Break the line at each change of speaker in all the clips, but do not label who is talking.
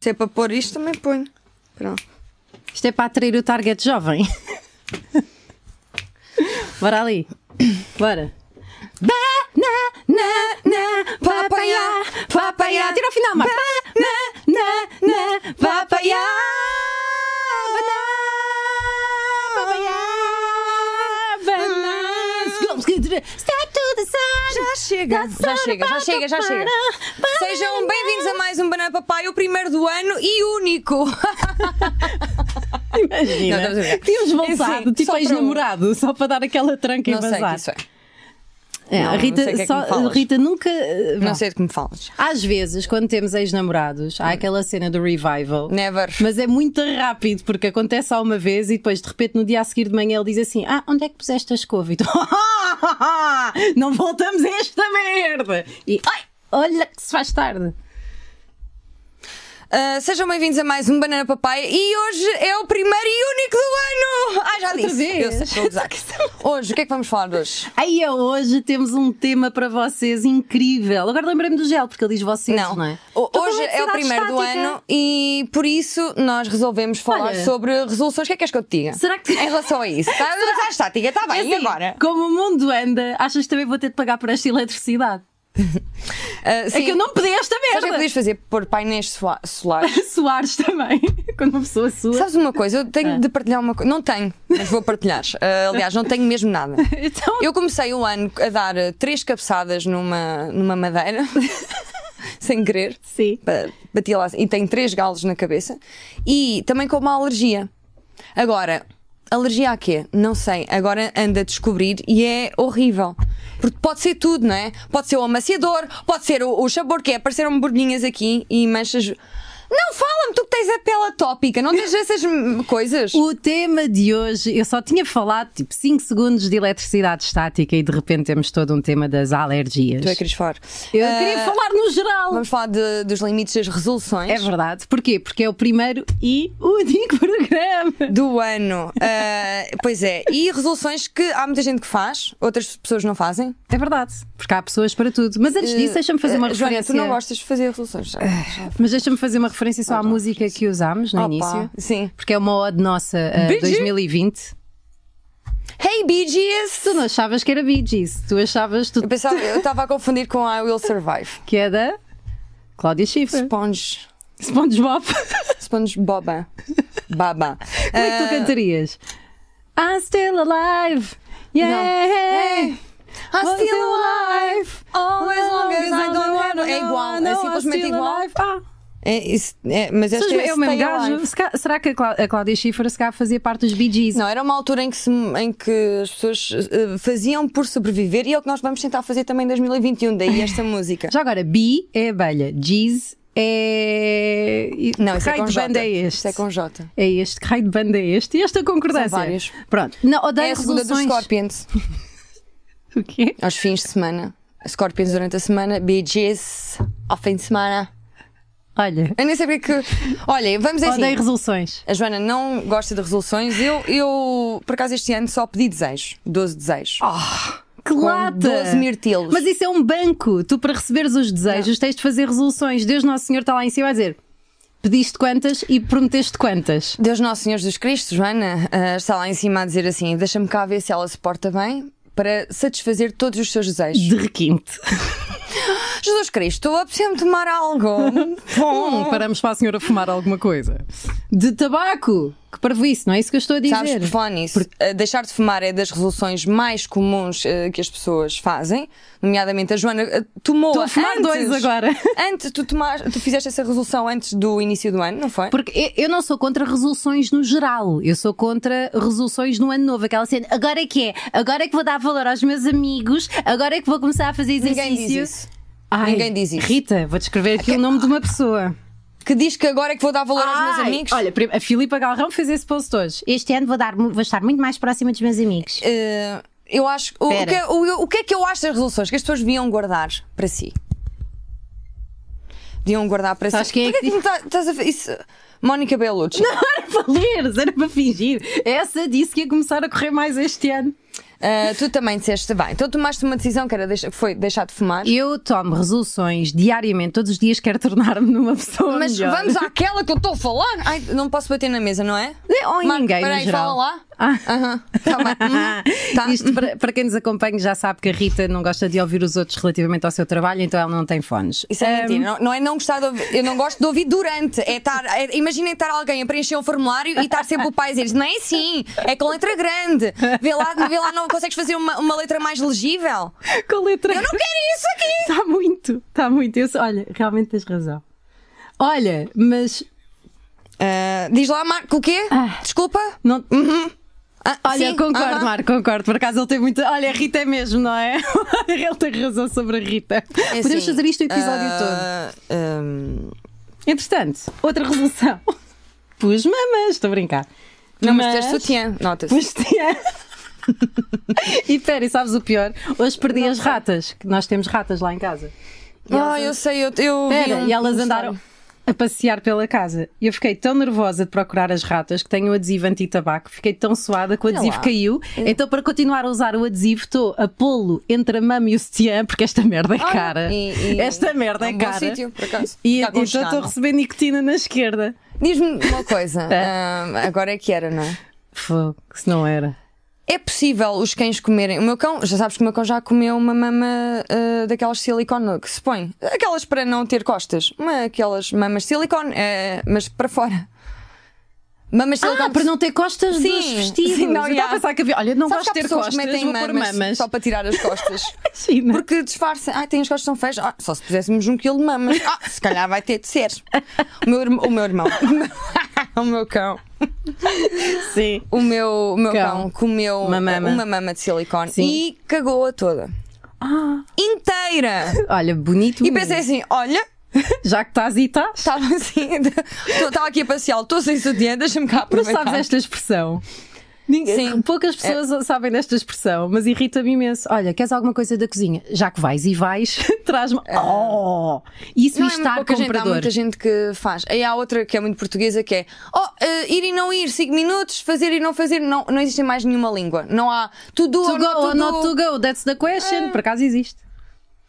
Se é para pôr isto, também ponho. Pronto.
Isto é para atrair o target jovem. Bora ali. Bora. Banana,
Vá apanhar, vá apanhar.
Tira ao final, Marta. Banana, vá apanhar. Banana, banana. Step to the sun.
Já chega.
Já chega, já chega, já chega.
Sejam bem-vindos a mais um Banana Papai, o primeiro do ano e único. Não, estamos a
Imagina.
ver.
Tínhamos voltado,
Sim,
tipo
só para um-
ex-namorado, só para dar aquela tranca
Não
e
sei o
vazar.
que isso é.
É,
Não,
a
não
Rita,
sei o que é que
só-
me falas.
Rita nunca. eh, vá.
Não sei de que me falas.
Às vezes, quando temos ex-namorados, há aquela cena do revival.
Never.
Mas é muito rápido, porque acontece só uma vez e depois, de repente, no dia a seguir de manhã, ele diz assim: Ah, onde é que puseste a escova? E tu, "Ah, não voltamos a esta merda! E, ai, olha que se faz tarde.
Ah, sejam bem-vindos a mais um Banana Papai e hoje é o primeiro e único do ano. Ah, já disse.
vez?
Eu sei, estou a gozar. Hoje, o que é que vamos falar de hoje?
Aí é hoje temos um tema para vocês incrível. Agora lembrei-me do gel, porque ele diz vocês, não, é?
O-
Então, como
hoje
que
é o
será a
primeiro do
estática?
ano e por isso nós resolvemos falar
Olha.
sobre resoluções. O que é que és que eu te diga?
Será que-
Em relação a isso. Está, está estática, está bem,
É
e
assim,
agora?
Como o mundo anda, achas que também vou ter de pagar por esta eletricidade?
Ah, sim.
É que eu não pedi
Sabes
esta
o que é que
merda!
podias fazer? Pôr painéis soa- solares.
Soares também, quando uma pessoa sua.
Sabes uma coisa? Eu tenho
Ah.
de partilhar uma coisa. Não tenho, mas vou partilhar. Ah, aliás, não tenho mesmo nada.
Então,
Eu comecei o ano a dar ah, três cabeçadas numa, numa madeira, sem querer.
sim.
Ba- Batia lá assim, e tenho três galos na cabeça. E também com uma alergia. Agora, alergia a quê? Não sei. Agora ando a descobrir e é horrível. Porque pode ser tudo, não é? Pode ser o amaciador, pode ser o, o sabor, que é apareceram borbinhas aqui e manchas. Não, fala-me, tu que tens a pele atópica, não tens essas hum, coisas?
O tema de hoje, eu só tinha falado tipo 5 segundos de eletricidade estática e de repente temos todo um tema das alergias.
Tu é Cris Faro.
Eu
Ah,
queria falar no geral.
Vamos falar de- dos limites das resoluções.
É verdade. Porquê? Porque é o primeiro e único programa.
do ano. Ah, pois é, e resoluções que há muita gente que faz, outras pessoas não fazem.
É verdade. Porque há pessoas para tudo. Mas antes disso, deixa-me fazer uma
Ah, Joana,
referência.
tu não gostas de fazer resoluções. já.
Mas deixa-me fazer uma referência só à música que usámos no
Opa,
início.
Sim.
Porque é uma ode nossa a
Bee Gees.
2020.
Hey Bee Gees!
Tu não achavas que era Bee Gees. Tu achavas tu
Eu pensava, eu estava a confundir com I Will Survive.
que é da Cláudia Schiffer.
Sponge.
SpongeBob.
Sponge Boba. Baba. Eh,
Como é que tu cantarias? I'm still alive. Yeah.
I'm still alive. Always long as I don't have. É igual, é simplesmente igual.
Ah,
É, isso- é, mas
Mas
esta
é o mesmo
Stay Alive.
gajo. Se ca- Será que a Clá- a Cláudia Schiffer se calhar fazia parte dos Bee Gees?
Não, era uma altura em que, se- em que as pessoas eh, faziam por sobreviver e é o que nós vamos tentar fazer também em 2021, daí esta música.
Já agora, Bee é abelha, Gees é. e-
Não,
que
isso é
raio
com
de
J.
banda é este?
Isso é com J.
É este, que raio de banda é este? E esta concordância?
São vários.
Pronto, não, odeio
É a segunda dos
resoluções.
Scorpions.
O quê?
Aos fins de semana. Scorpions durante a semana, Bee Gees ao fim de semana.
Olha,
Eu nem sabia que. Olha, vamos assim.
odeio resoluções.
A Joana não gosta de resoluções. Eu, eu, por acaso, este ano só pedi desejos. 12 desejos.
Que lata!
12 mirtilos.
Mas isso é um banco. Tu, para receberes os desejos, tens de fazer resoluções. Deus Nosso Senhor está lá em cima a dizer: pediste quantas e prometeste quantas.
Deus Nosso Senhor Jesus Cristo, Joana, ah, está lá em cima a dizer assim: deixa-me cá ver se ela se porta bem para satisfazer todos os seus desejos.
De requinte.
Jesus Cristo, apetece-me tomar algo. Bom.
Hum, paramos para a senhora fumar alguma coisa. De tabaco! Que parvoíce, não é isso que eu estou a dizer?
Sabes, por falar nisso, eh, deixar de fumar é das resoluções mais comuns eh, que as pessoas fazem, nomeadamente a Joana eh, tomou
Estou a fumar
antes,
dois agora.
Antes, tu, tomas, tu fizeste essa resolução antes do início do ano, não foi?
Porque eu- eu não sou contra resoluções no geral, eu sou contra resoluções no ano novo. Aquela cena, agora é que é, agora é que vou dar valor aos meus amigos, agora é que vou começar a fazer exercício.
Ninguém diz isso.
Ai,
Ninguém diz isso.
Rita, vou descrever aqui o nome de uma pessoa.
Que diz que agora é que vou dar valor aos meus
Ai,
amigos.
Olha, prim- a Filipa Galrão fez esse post hoje. Este ano vou, dar, vou estar muito mais próxima dos meus amigos.
Eh, eu acho. O, o
Pera.
que, é- o- o que é que eu acho das resoluções que as pessoas deviam guardar para si? Deviam guardar para
Sabes
si.
quem é
Porquê
que
me tá- estás a fa- isso? Mónica Bellucci.
Era para ler, era para fingir. Essa disse que ia começar a correr mais este ano.
Ah, tu também disseste, bem, então tomaste uma decisão que era deixa- foi deixar de fumar.
Eu tomo resoluções diariamente, todos os dias quero tornar-me numa pessoa
Mas
melhor.
vamos àquela que eu estou a falar. Ai, não posso bater na mesa, não é?
Ou em
Marco,
ninguém, no
peraí,
geral.
fala lá.
Ah.
Aham, tá bem. Uhum, tá.
Isto, para, para quem nos acompanha, já sabe que a Rita não gosta de ouvir os outros relativamente ao seu trabalho, então ela não tem fones.
Isso é
hum.
mentira. Não, não é não gostar de ouvir. Eu não gosto de ouvir durante. É estar, é- imaginem estar alguém a preencher um formulário e estar sempre o pai a dizer não é assim, é com letra grande. Vê lá, vê lá não consegues fazer uma, uma letra mais legível.
Com letra.
é? Eu não quero isso aqui!
Está Tá muito, está muito. Eu sou- olha, realmente tens razão. Olha, mas
Ah, diz lá, Marco, o quê?
Ah.
Desculpa?
não.
Ah,
Olha,
sim,
concordo,
aham.
Marco, concordo. Por acaso ele tem muita. Olha, a Rita é mesmo, não é? ele tem razão sobre a Rita.
É
Podemos
assim,
fazer isto o episódio todo.
ah, ahm,
Entretanto, outra resolução. Pus mamas, estou a brincar.
não, mas, mas tens sutiã, nota-se.
Mas tinha. e peraí, sabes o pior? Hoje perdi as ratas, que nós temos ratas lá em casa. E elas-
Ah, eu sei, eu, eu vi
Pera,
um-
e elas
um
andaram
story.
a passear pela casa. E eu fiquei tão nervosa de procurar as ratas que tenho o adesivo anti-tabaco. Fiquei tão suada que o adesivo
lá.
caiu. Então, para continuar a usar o adesivo, estou a pô-lo entre a mama e o sutiã, porque esta merda é
Olha,
cara.
Ah, e- e-
Esta merda é,
um bom
cara.
sítio, por acaso.
E
Está
então estou
congestionado.
a receber nicotina na esquerda.
Diz-me uma coisa, ahm, agora é que era, não é?
Fogo, se não era.
É possível os cães comerem. O meu cão, já sabes que o meu cão já comeu uma mama ah, daquelas de silicone que se põe. Aquelas para não ter costas. Uma, aquelas mamas de silicone, ah, mas para fora. Mamas de silicone.
Ah, para não ter costas
Sim,
dos vestidos.
sim, não,
eu estava
já.
a pensar que havia. Olha, não
Sabes
gosto
que
de
há
ter
pessoas
costas,
que metem
vou pôr
mamas,
mamas.
só para tirar as costas.
Imagina.
Porque disfarça. Ai, tem as costas tão feias. Ah, só se puséssemos um quilo de mamas. Ah, se calhar vai ter de ser. O meu, irm- o meu irmão. o meu cão.
Sim.
O meu, o meu
Cão.
cão. comeu
Uma mama.
uma mama de silicone
Sim.
e cagou-a toda.
Ah,
Inteira!
olha, bonito.
E
mesmo.
pensei assim: olha,
Já que estás e estás.
estava assim, estava aqui a passear, estou sem sutiã, deixa-me cá
Mas
aproveitar. É.
sabes esta expressão? Ninguém,
Sim.
Poucas pessoas sabem desta expressão, mas irrita-me imenso. Olha, queres alguma coisa da cozinha? Já que vais e vais, traz-me. Oh! Isso
É. Não é
me está a
pouca gente, há
comprador.
muita gente que faz. Aí há outra que é muito portuguesa que é oh, eh, ir e não ir, 5 minutos, fazer e não fazer. Não, não existe em mais nenhuma língua. Não há tudo
To
ou
go
não É.
or not to
tudo.
go, that's the question. Por acaso existe.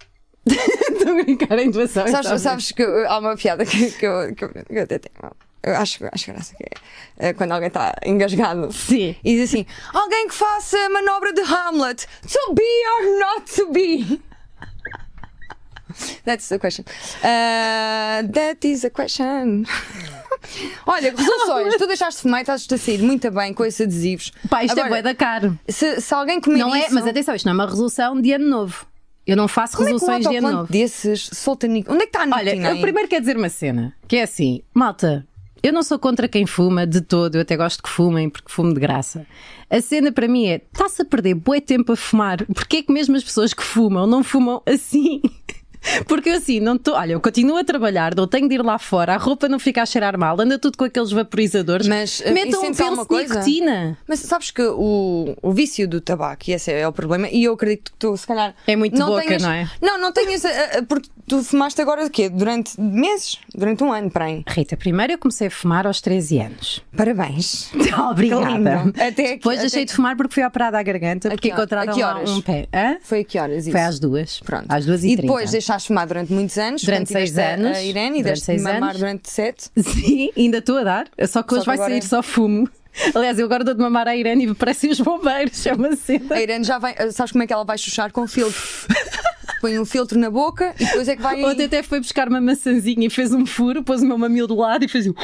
Estou a brincar em doação.
Sabes, sabes que eh, há uma piada que, que eu, que eu- que eu até tenho. Eu acho, acho graça que é eh, quando alguém está engasgado.
Sim.
E diz assim: alguém que faça a manobra de Hamlet, to be or not to be. That's the question. Uh, that is a question. Olha, resoluções. tu deixaste de fumar e estás-te a sair muito bem com esses adesivos.
Pá, isto é
Agora,
bué da caro.
se, se alguém comer
Não é,
isso,
mas atenção, isto não é uma resolução de ano novo. Eu não faço
como é que um
resoluções de ano
autocolante
novo.
desses solta nico? Onde é que está a
Olha,
nicotina
eu
aí?
primeiro quero dizer uma cena, que é assim, malta, eu não sou contra quem fuma de todo, eu até gosto que fumem, porque fumo de graça. A cena para mim é, está-se a perder bué tempo a fumar, porque é que mesmo as pessoas que fumam não fumam assim? Porque eu assim, não estou. Olha, eu continuo a trabalhar, não tenho de ir lá fora, a roupa não fica a cheirar mal, anda tudo com aqueles vaporizadores.
Mas, eh, e
metam um
sentes alguma
penso de
coisa?
nicotina.
Mas sabes que o, o vício do tabaco, e esse é o problema, e eu acredito que tu, se calhar.
É muito
não
boca,
tenhas-
não é?
Não, não tenhas. a- a- Porque tu fumaste agora o quê? Durante meses? Durante um ano, porém.
Rita, primeiro eu comecei a fumar aos 13 anos.
Parabéns.
Obrigada.
lindo. Até aqui-
Depois
até
deixei de fumar porque fui operada à garganta, porque
A que hora-
encontraram
a que
lá
horas?
um pé. Hã?
Foi a que horas isso?
Foi às duas.
Pronto.
Às duas e,
E
trinta.
depois deixaste fumar durante muitos anos. quando
Durante
tiveste
seis
a-
anos.
A Irene e
Durante
deste
seis
mamar
anos.
durante sete.
Sim, ainda estou a dar. Só que hoje
que
vai
agora
sair
é-
só fumo. Aliás, eu agora dou de mamar à Irene e parecem os bombeiros. É uma
A
cena.
Irene já vai. Sabes como é que ela vai chuchar? Com filtro. Põe um filtro na boca e depois é que vai.
Ontem até foi buscar uma maçãzinha e fez um furo, pôs o meu mamilo do lado e fez o.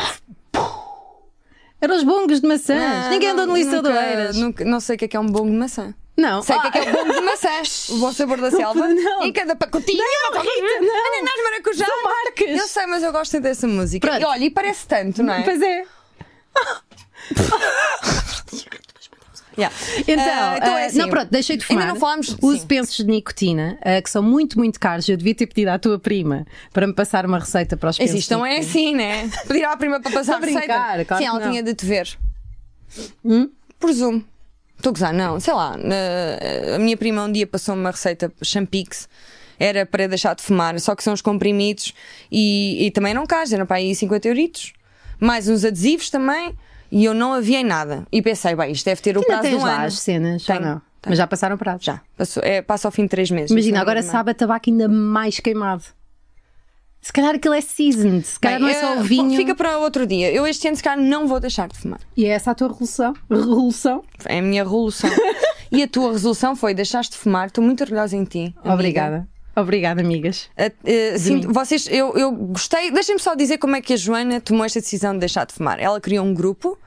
Eram os bongos de maçãs.
Ah,
Ninguém andou no Liceu
nunca-
de Oeiras.
nunca- Não sei o que é que é um bongo de maçã.
Não.
Sei que
Ah,
é que é o bolo de maçãs, o bom sabor da selva.
não.
Em cada pacotinho, uma
Rita, não.
ananás maracujá.
São marcas.
Eu sei, mas eu gosto dessa música.
Pronto.
E olha, e parece tanto, não é?
Pois é.
Yeah.
Então,
Ah, então é
ah,
assim.
não, pronto, deixei de
Ainda
fumar.
não falámos-
Uso
sim.
pensos de nicotina, ah, que são muito, muito caros. Eu devia ter pedido à tua prima para me passar uma receita para os pensos.
Mas isto não é assim, né? Pedir à prima para passar
Estou Tá a brincar,
receita.
claro
Sim,
que
ela
não.
tinha de te ver. Presumo. Estou a gozar, não. Sei lá, na- a minha prima um dia passou uma receita Champix. Era para deixar de fumar, só que são os comprimidos e, e também não cais, era para aí 50 euritos. Mais uns adesivos também e eu não havia em nada. E pensei, bem, isto deve ter o
Ainda
prazo de
tens
um
lá
ano.
as cenas, ou
Tenho,
não? Mas já passaram prazo. Já.
Passou- é, passa ao fim de três meses.
Imagina,
Não
agora
lembro
sabe a tabaco ainda mais queimado. Se calhar aquilo é seasoned, se calhar
bem.
não é só
Eh,
o vinho.
Fica para outro dia. Eu este ano, se calhar, não vou deixar de fumar.
E é essa a tua revolução? Revolução?
É a minha resolução. e a tua resolução foi: deixaste de fumar, estou muito orgulhosa em ti. amiga.
Obrigada. Obrigada, amigas.
Eh, eh, sinto- vocês, eu, eu gostei. Deixem-me só dizer como é que a Joana tomou esta decisão de deixar de fumar. Ela criou um grupo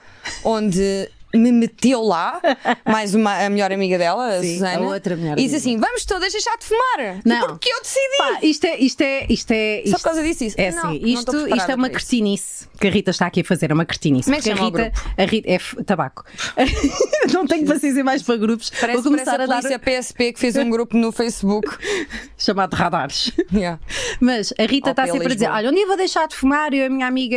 onde me meteu lá, mais uma, a melhor amiga dela, a
Sim,
Susana.
a outra melhor
E disse
amiga.
assim: vamos todas deixar de fumar.
Não.
Porque eu decidi.
Pá, isto é. Isto é, isto é
Só
isto...
por causa disso, isso.
É
Não,
assim,
não estou
isto,
preparada
isto é uma
para isso.
cretinice que a Rita está aqui a fazer, é uma cretinice.
Como é que
porque
chama o
a Rita, a Rita é f- tabaco. Não tenho paciência mais para grupos.
Parece,
Vou começar
parece a,
a dar
polícia PSP que fez um grupo no Facebook.
chamado radares.
Yeah.
Mas a
Ou
Rita está
pela
sempre a dizer:
Lisboa.
Olha, um dia vou deixar de fumar, eu e a minha amiga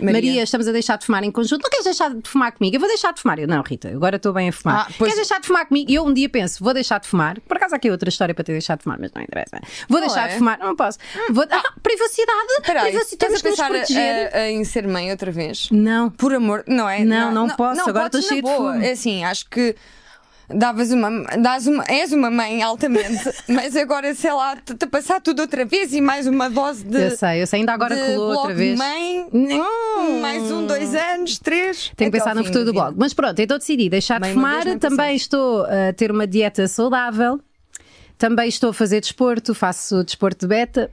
Maria.
Maria.
estamos a deixar de fumar em conjunto. Não queres deixar de fumar comigo? Eu vou deixar de fumar. Eu, não, Rita, agora estou bem a fumar.
Ah, pois-
Queres deixar de fumar comigo? E eu um dia penso: Vou deixar de fumar. Por acaso, há aqui outra história para ter deixado de fumar, mas não interessa. Vou
Não
deixar
é?
de fumar, não posso. Vou... Ah, privacidade,
Peraí,
privacidade,
estás
temos
a
que nos
pensar eh,
proteger.
a- a- em ser mãe outra vez?
Não.
Por amor, não é?
Não, não posso, agora
podes
estou cheia
na
de
boa.
fome.
É assim, acho que davas uma, dás uma, és uma mãe altamente, mas agora, sei lá, te, te passar tudo outra vez e mais uma dose de.
Eu sei, eu sei, ainda agora
de
colou
blog
outra vez.
Mãe,
Não.
mais um, dois anos, três.
Tenho que
até
pensar
ao
no
fim
futuro
da
do
vida.
blog. Mas pronto, então decidi deixar
Bem,
de
uma vez
fumar.
nem
Também
pensei.
estou a ter uma dieta saudável. Também estou a fazer desporto. Faço desporto de beta.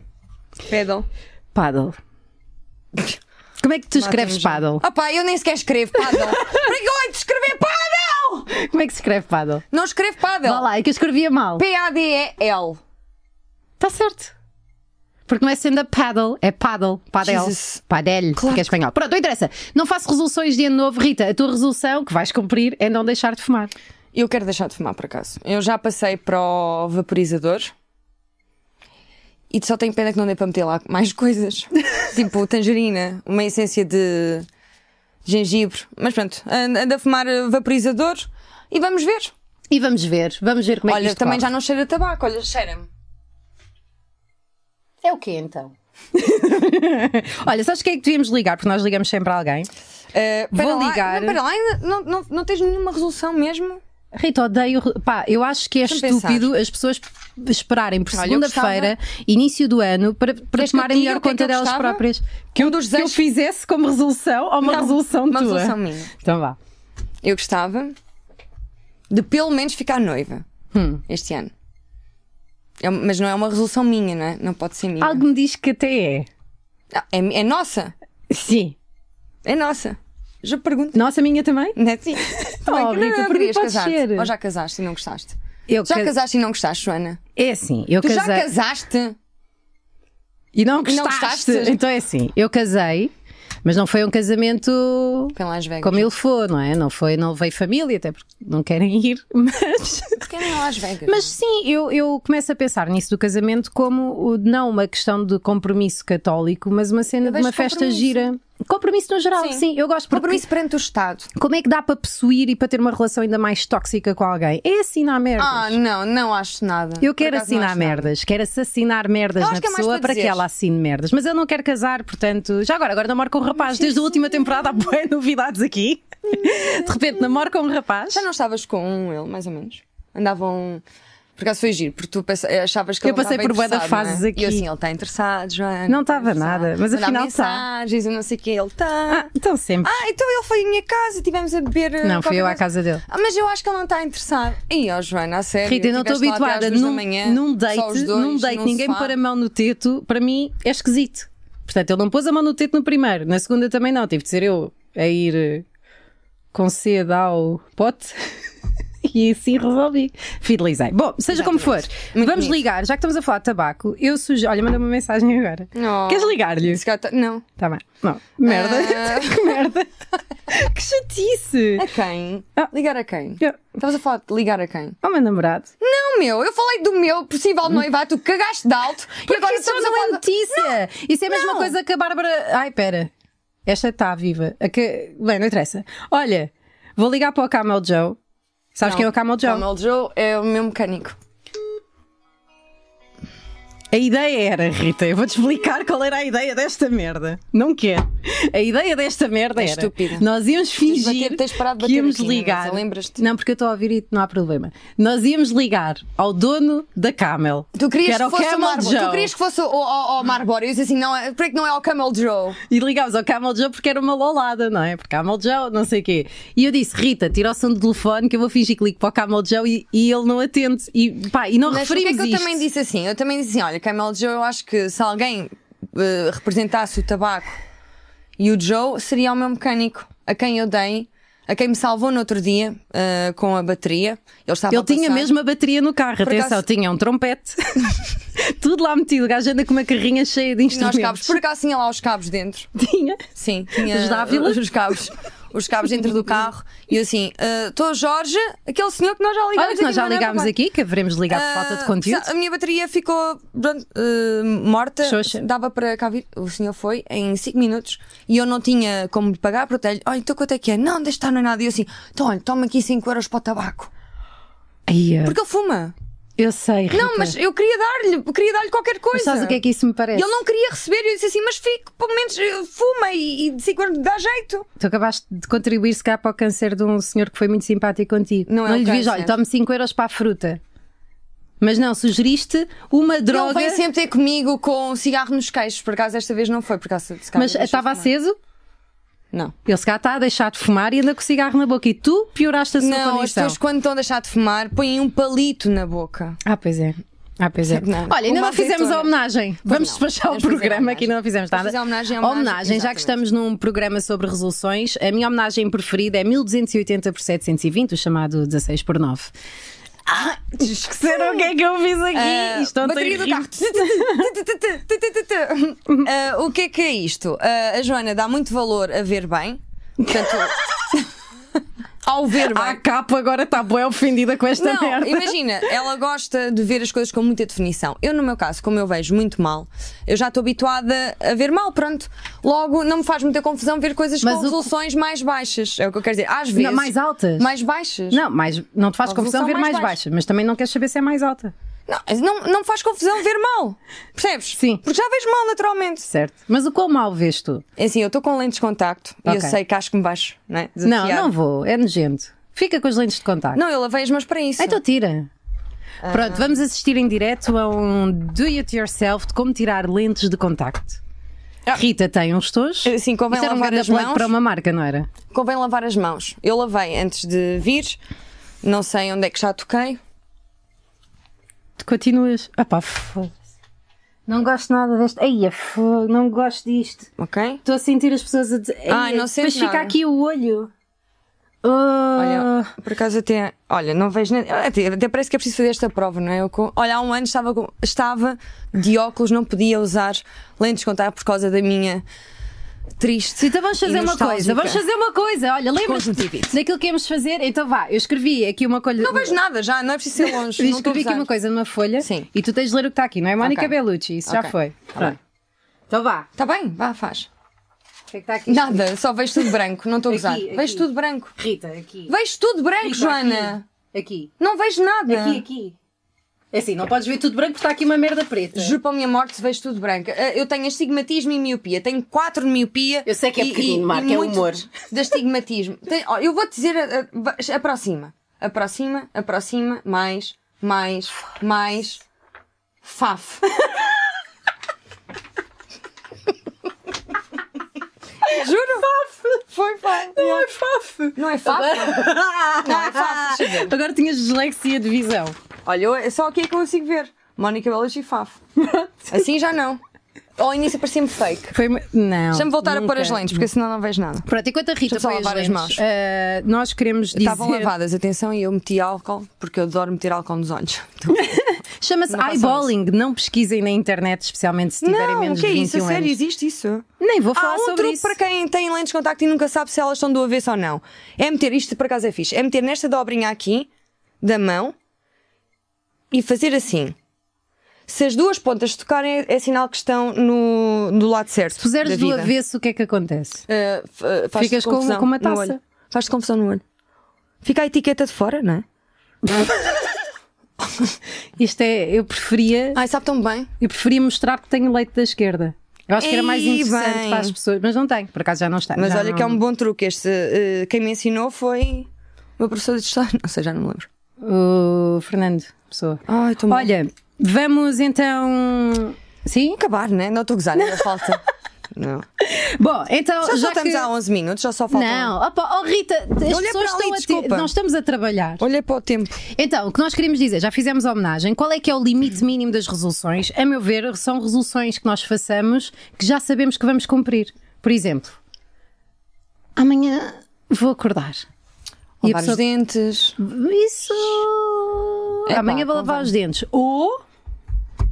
Pedal.
Paddle. Como é que tu escreves paddle?
Ah pá, eu nem sequer escrevo paddle. Para que eu hei de escrever paddle?
Como é que se escreve paddle?
Não escrevo
Vá
paddle.
lá, é que eu escrevia mal.
P-A-D-E-L.
Está certo. Porque não é sendo a paddle, é paddle, padel,
Jesus.
padel,
Claro.
que é espanhol. Pronto, não interessa. Não faço resoluções de ano novo, Rita. A tua resolução que vais cumprir é não deixar de fumar.
Eu quero deixar de fumar, por acaso. Eu já passei para o vaporizador. E só tenho pena que não dê para meter lá mais coisas. tipo tangerina, uma essência de gengibre. Mas pronto, ando ando a fumar eh, vaporizador e vamos ver.
E vamos ver, vamos ver como é que
olha,
isto
também
corre.
já não cheira a tabaco, olha, cheira-me.
É o quê então? Olha, sabes quem é que devíamos ligar? Porque nós ligamos sempre a alguém.
Eh, espera
Vou
lá,
ligar.
Não, espera lá, ainda não, não, não tens nenhuma resolução mesmo?
Rita, odeio. Pá, eu acho que é
Deixa-me
estúpido as pessoas esperarem por
Olha, eu
segunda-feira, início do ano, para, para
Queres que eu
tomarem
te diga
melhor
o que é
conta
que eu
delas
gostava?
próprias.
Que um dos
Que eu
desejos.
fizesse como resolução ou uma
Não,
resolução
uma
tua?
resolução minha.
Então vá.
Eu gostava de pelo menos ficar noiva este ano. É um- mas não é uma resolução minha, não é? Não pode ser minha.
Algo me diz que até é.
Não, é, mi- é nossa.
Sim.
É nossa. Já pergunto.
Nossa, minha também?
Não é assim?
Oh,
Também que
Rita,
não,
por mim
querias
podes
casar-te.
ser.
Ou já casaste e não gostaste?
Eu
Já
ca-
casaste e não gostaste, Joana?
É assim, eu
Tu já
casei.
casaste?
E não
não
gostaste?
gostaste?
Então é assim, eu casei, mas não foi um casamento
Foi em Las Vegas.
como ele for, não é? Não foi, não veio família, até porque não querem ir, mas.
Porque era em Las Vegas.
Mas sim, eu, eu começo a pensar nisso do casamento como o- não uma questão de compromisso católico, mas uma cena
Eu
de uma
vejo
festa
compromisso.
gira. Compromisso no geral,
Sim.
sim, eu gosto porque
Compromisso perante o Estado.
como é que dá para possuir e para ter uma relação ainda mais tóxica com alguém? É assinar merdas.
Ah, não, não acho nada.
eu
Por
quero
acaso não
assinar
acho nada.
merdas, quero assassinar merdas
Eu acho
na
que é mais
pessoa
para
para que
dizeres.
ela assine merdas. Mas eu não quero casar, portanto, já agora, agora namoro com um rapaz. Desde a última temporada há boas novidades aqui.
Hum.
De repente namoro com um rapaz.
Já não estavas com um, ele, mais ou menos? Andavam. Por acaso foi giro, porque tu pensa- eh, achavas que
Eu
ele não
passei
estava
por bué de
interessado, não é?
fases aqui.
E eu assim, ele está interessado, Joana.
Não
está
estava
interessado.
nada, mas
Mandar
afinal está.
mensagens, eu não sei o que, ele está.
Ah, então sempre.
Ah, então ele foi à minha casa, tivemos a beber. eh,
não, fui
qualquer
eu à
coisa.
casa dele.
Ah, mas eu acho que ele não está interessado. E ó, Joana, a sério.
Rita, eu não estou
É, tiveste lá até
habituada.
às duas da
Num,
manhã,
num date,
só os dois,
num date
num
ninguém me
sofá.
pôr a mão no teto, para mim é esquisito. Portanto, ele não pôs a mão no teto no primeiro, na segunda também não. Tive de ser eu a ir eh, com sede ao pote. E assim resolvi. Fidelizei. Bom, seja como for,
Muito
vamos
bonito.
ligar. Já que estamos a falar de tabaco, eu sugiro. Olha, manda uma mensagem agora.
Oh.
Queres ligar-lhe?
Se calhar tá- Não.
Tá bem. Não. Merda.
Ah.
que merda. que chatice.
A quem?
Ah.
Ligar a quem?
Eu-
Estavas a falar de ligar a quem?
Ao meu namorado.
Não, meu, eu falei do meu possível noivado, tu cagaste de alto e agora
isso
estamos a
não é
falar. de-
notícia. Isso é a mesma
Não.
coisa que a Bárbara. Ai, pera. Esta está viva. A que... Bem, não interessa. Olha, vou ligar para o Camel Joe. Sabes quem é o Camel Joe?
Camel Joe é o meu mecânico.
A ideia era, Rita, eu vou-te explicar qual era a ideia desta merda. Não quer. A ideia desta merda
É
era.
estúpida.
Nós íamos
de
fingir
bater- tens de parar de
que
bater
íamos
aqui na
ligar.
mesa, lembras-te?
Não, porque eu estou a ouvir e não há problema. Nós íamos ligar ao dono da Camel.
Tu querias que,
que era o
fosse o
Camel
Marbo,
Joe.
tu querias que fosse o, o, o Marlboro. Eu disse assim, não, é- por que não é o Camel Joe?
E ligámos ao Camel Joe porque era uma lolada, não é? Porque Camel Joe, não sei o quê. E eu disse, Rita, tira o som do telefone que eu vou fingir que ligo para o Camel Joe e, e ele não atende. E pá, e não
Mas o que é
referimos
que eu
isto.
também disse assim? Eu também disse assim, olha, Camel Joe, eu acho que se alguém eh, representasse o tabaco e o Joe, seria o meu mecânico, a quem eu dei, a quem me salvou no outro dia eh, com a bateria. Ele, estava
Ele
a
tinha
passar.
mesmo a bateria no carro, atenção,
acaso-
tinha um trompete, tudo lá metido. O gajo anda com uma carrinha cheia de
Tinha os cabos.
instrumentos.
Por acaso tinha lá os cabos dentro.
Tinha.
Sim, tinha
Os Dávila?
os cabos. Os cabos dentro do carro. E eu assim, estou Jorge, aquele senhor que nós já ligámos
Olha, que nós
aqui
já
no Nada
ligámos
Bem.
aqui, que haveremos ligado por falta de
Ah,
conteúdo.
A minha bateria ficou pronto, ah, morta.
Xoxa.
Dava para cá vir. O senhor foi em 5 minutos e eu não tinha como lhe pagar. Perguntei-lhe: Olha, então quanto é que é? Não, deixa estar, não é nada. E eu assim: Então, olha, toma aqui 5 euros para o tabaco.
Ai,
Porque ele fuma.
eu sei, Rita.
Não, mas eu queria dar-lhe, eu queria dar-lhe qualquer coisa.
Mas sabes o que é que isso me
E
parece?
ele não queria receber. E eu disse assim: Mas fico, pelo menos eh, fuma e, e 5 euros dá jeito.
Tu acabaste de contribuir, se calhar, para o câncer de um senhor que foi muito simpático contigo.
Não é o
lhe devias,
câncer.
olha, tome 5 euros para a fruta. Mas não, sugeriste uma
Ele
droga.
vem sempre ter comigo com um cigarro nos queixos. Por acaso desta vez não foi. Por acaso, se calhar
Mas
deixou
estava
fumar.
aceso?
Não.
Ele se calhar está a deixar de fumar e anda com o cigarro na boca. E tu pioraste a sua
Não, as
condição.
pessoas quando estão a deixar de fumar põem um palito na boca.
Ah, pois é. Ah, pois é.
Não.
Olha, ainda
Uma
não fizemos
azeitona.
a homenagem. Vamos
não,
despachar o
vamos fazer a
programa
homenagem.
aqui, não fizemos
Vamos
nada.
fazer a homenagem, a homenagem,
já que
exatamente.
estamos num programa sobre resoluções, a minha homenagem preferida é 1280 por 720, o chamado 16 por 9. Ah, esqueceram o que é que eu fiz aqui?
Ah,
Isto ontem
bateria do
ri-me.
carro. Ah, o que é que é isto? Ah, a Joana dá muito valor a ver bem. Portanto, ao ver
Ah, A
bem.
capa agora está boa ofendida com esta
Não,
merda.
imagina, ela gosta de ver as coisas com muita definição. Eu, no meu caso, como eu vejo muito mal, eu já estou habituada a ver mal, pronto. Logo, não me faz muita confusão ver coisas
Mas o
com
que-
resoluções mais baixas. É o que eu quero dizer. Às vezes.
Não, mais altas.
Mais baixas.
Não, mas não te faz
A
confusão
resolução mais
ver mais
baixa.
baixa, mas também não queres saber se é mais alta.
Não, não, não faz confusão ver mal. Percebes?
Sim.
Porque já vejo mal naturalmente.
Certo. Mas o quão mal vês tu?
É assim, eu estou com lentes de contacto e eu
Ok.
sei que acho que me baixo, não é?
Não,
Desafiado.
não vou. É nojento. Fica com as lentes de contato.
Não, Ah. eu lavei as mãos para isso.
Então tira. Pronto, vamos assistir em direto a um do it yourself de como tirar lentes de contacto.
Ah.
Rita tem uns tojos.
Eh, sim, convém
Isso era um
lavar
grande
as
plug
mãos.
para uma marca, não era?
Convém lavar as mãos. Eu lavei antes de vir, não sei onde é que já toquei.
Tu continuas. Ah pá, foda-se. Não gosto nada deste. Ai, é fo- não gosto disto.
Ok?
Estou a sentir as pessoas a dizer.
Ai,
"Eia,
não sente
Depois fica
nada.
aqui o olho.
Olha,
Ah,
por acaso até. Olha, não vejo. nem- Até, até parece que é preciso fazer esta prova, não é? Eu com- olha, há um ano estava, com- estava de óculos, não podia usar lentes de contacto por causa da minha triste.
Então vamos fazer
E
uma coisa,
nostálgica.
vamos fazer uma coisa. Olha, lembras-te
Conjuntivite.
daquilo que íamos fazer? Então vá, eu escrevi aqui uma coisa.
Não vejo nada já, não é preciso ser longe.
Eu
não estou a
escrevi aqui
usar.
uma coisa numa folha
Sim.
e tu tens de ler o que está aqui, não é? Mónica
Ok.
Bellucci, isso já
Ok.
foi.
Tá
Pronto. Então vá,
Tá bem? Vá, faz.
o que é que está aqui?
Nada, só vejo tudo branco, não estou a
Aqui,
gozar.
aqui.
Vejo tudo branco.
Rita, aqui.
Vejo tudo branco,
Rita,
Joana.
Aqui.
Não vejo
Aqui,
nada.
aqui. aqui. É assim, não podes ver tudo branco porque está aqui uma merda preta.
Juro para a minha morte, vejo tudo branco. Ah, Eu tenho astigmatismo e miopia. Tenho 4 de miopia.
Eu sei que é
e-
pequenino,
e-
Marco,
e
é
muito
humor.
De astigmatismo. Tem- ó, eu vou te dizer, ah, ah, va- aproxima. Aproxima, aproxima, mais, mais, mais. Faf. Juro? Faf! Foi faf.
Não é fofo.
Não é faf? Não é faf. deixa eu ver.
Agora tinhas dislexia de visão.
Olha, eu- é só aqui é que eu consigo ver. Mónica Belas e Faf. Assim já não. Ao início parecia-me fake.
Foi... uma- Não.
Deixa-me voltar a pôr
nunca.
as lentes, porque senão não vejo nada.
Pronto, enquanto a Rita
Deixa-me só
põe as
lavar as mãos.
lentes, ah, nós queremos dizer...
Estavam lavadas, atenção, e eu meti álcool, porque eu adoro meter álcool nos olhos.
Chama-se
Não façam
eyeballing. Não pesquisem na internet, especialmente se tiverem
não,
menos
o que é
de 21
isso? A
anos.
sério, existe isso?
Nem vou falar
Há um
sobre
truque
isso.
para quem tem lentes de contacto e nunca sabe se elas estão do avesso ou não. É meter, isto por acaso é fixe, é meter nesta dobrinha aqui, da mão, e fazer assim. Se as duas pontas se tocarem, é- é sinal que estão no, do lado certo. Se
Puseres
da
do
vida.
avesso, o que é que acontece?
Uh, f- uh, faz-te
Ficas com-
confusão
com uma
no
taça.
olho. Faz-te confusão no olho. Fica a etiqueta de fora, não é?
Isto é, eu preferia,
Ai, sabe tão bem.
é, eu preferia mostrar que tenho leite da esquerda. Eu acho que era mais
Ei,
interessante
bem.
para as pessoas, mas não tenho, por acaso já não está.
Mas
já
olha
não...
que é um bom truque. Este, eh, quem me ensinou foi o meu professor de história. Não sei, já não me lembro.
O Fernando, pessoa.
Ai, estou Olha,
Olha, vamos então. Sim?
acabar, né? Não estou a gozar, ainda falta. Não.
Bom, então.
Já,
Já,
só estamos
que...
há 11 minutos, já só falta.
Não, opa, oh Rita, as
Olha
pessoas
para ali,
estão a te...
desculpa.
Nós estamos a trabalhar.
Olha um. para o tempo.
Então, o que nós queríamos dizer, já fizemos a homenagem. Qual é que é o limite mínimo das resoluções? A meu ver, são resoluções que nós façamos que já sabemos que vamos cumprir. Por exemplo, amanhã vou acordar. E a
Lavar
pessoa
os dentes.
Isso.
Epá,
Amanhã vou lavar os dentes. Ou.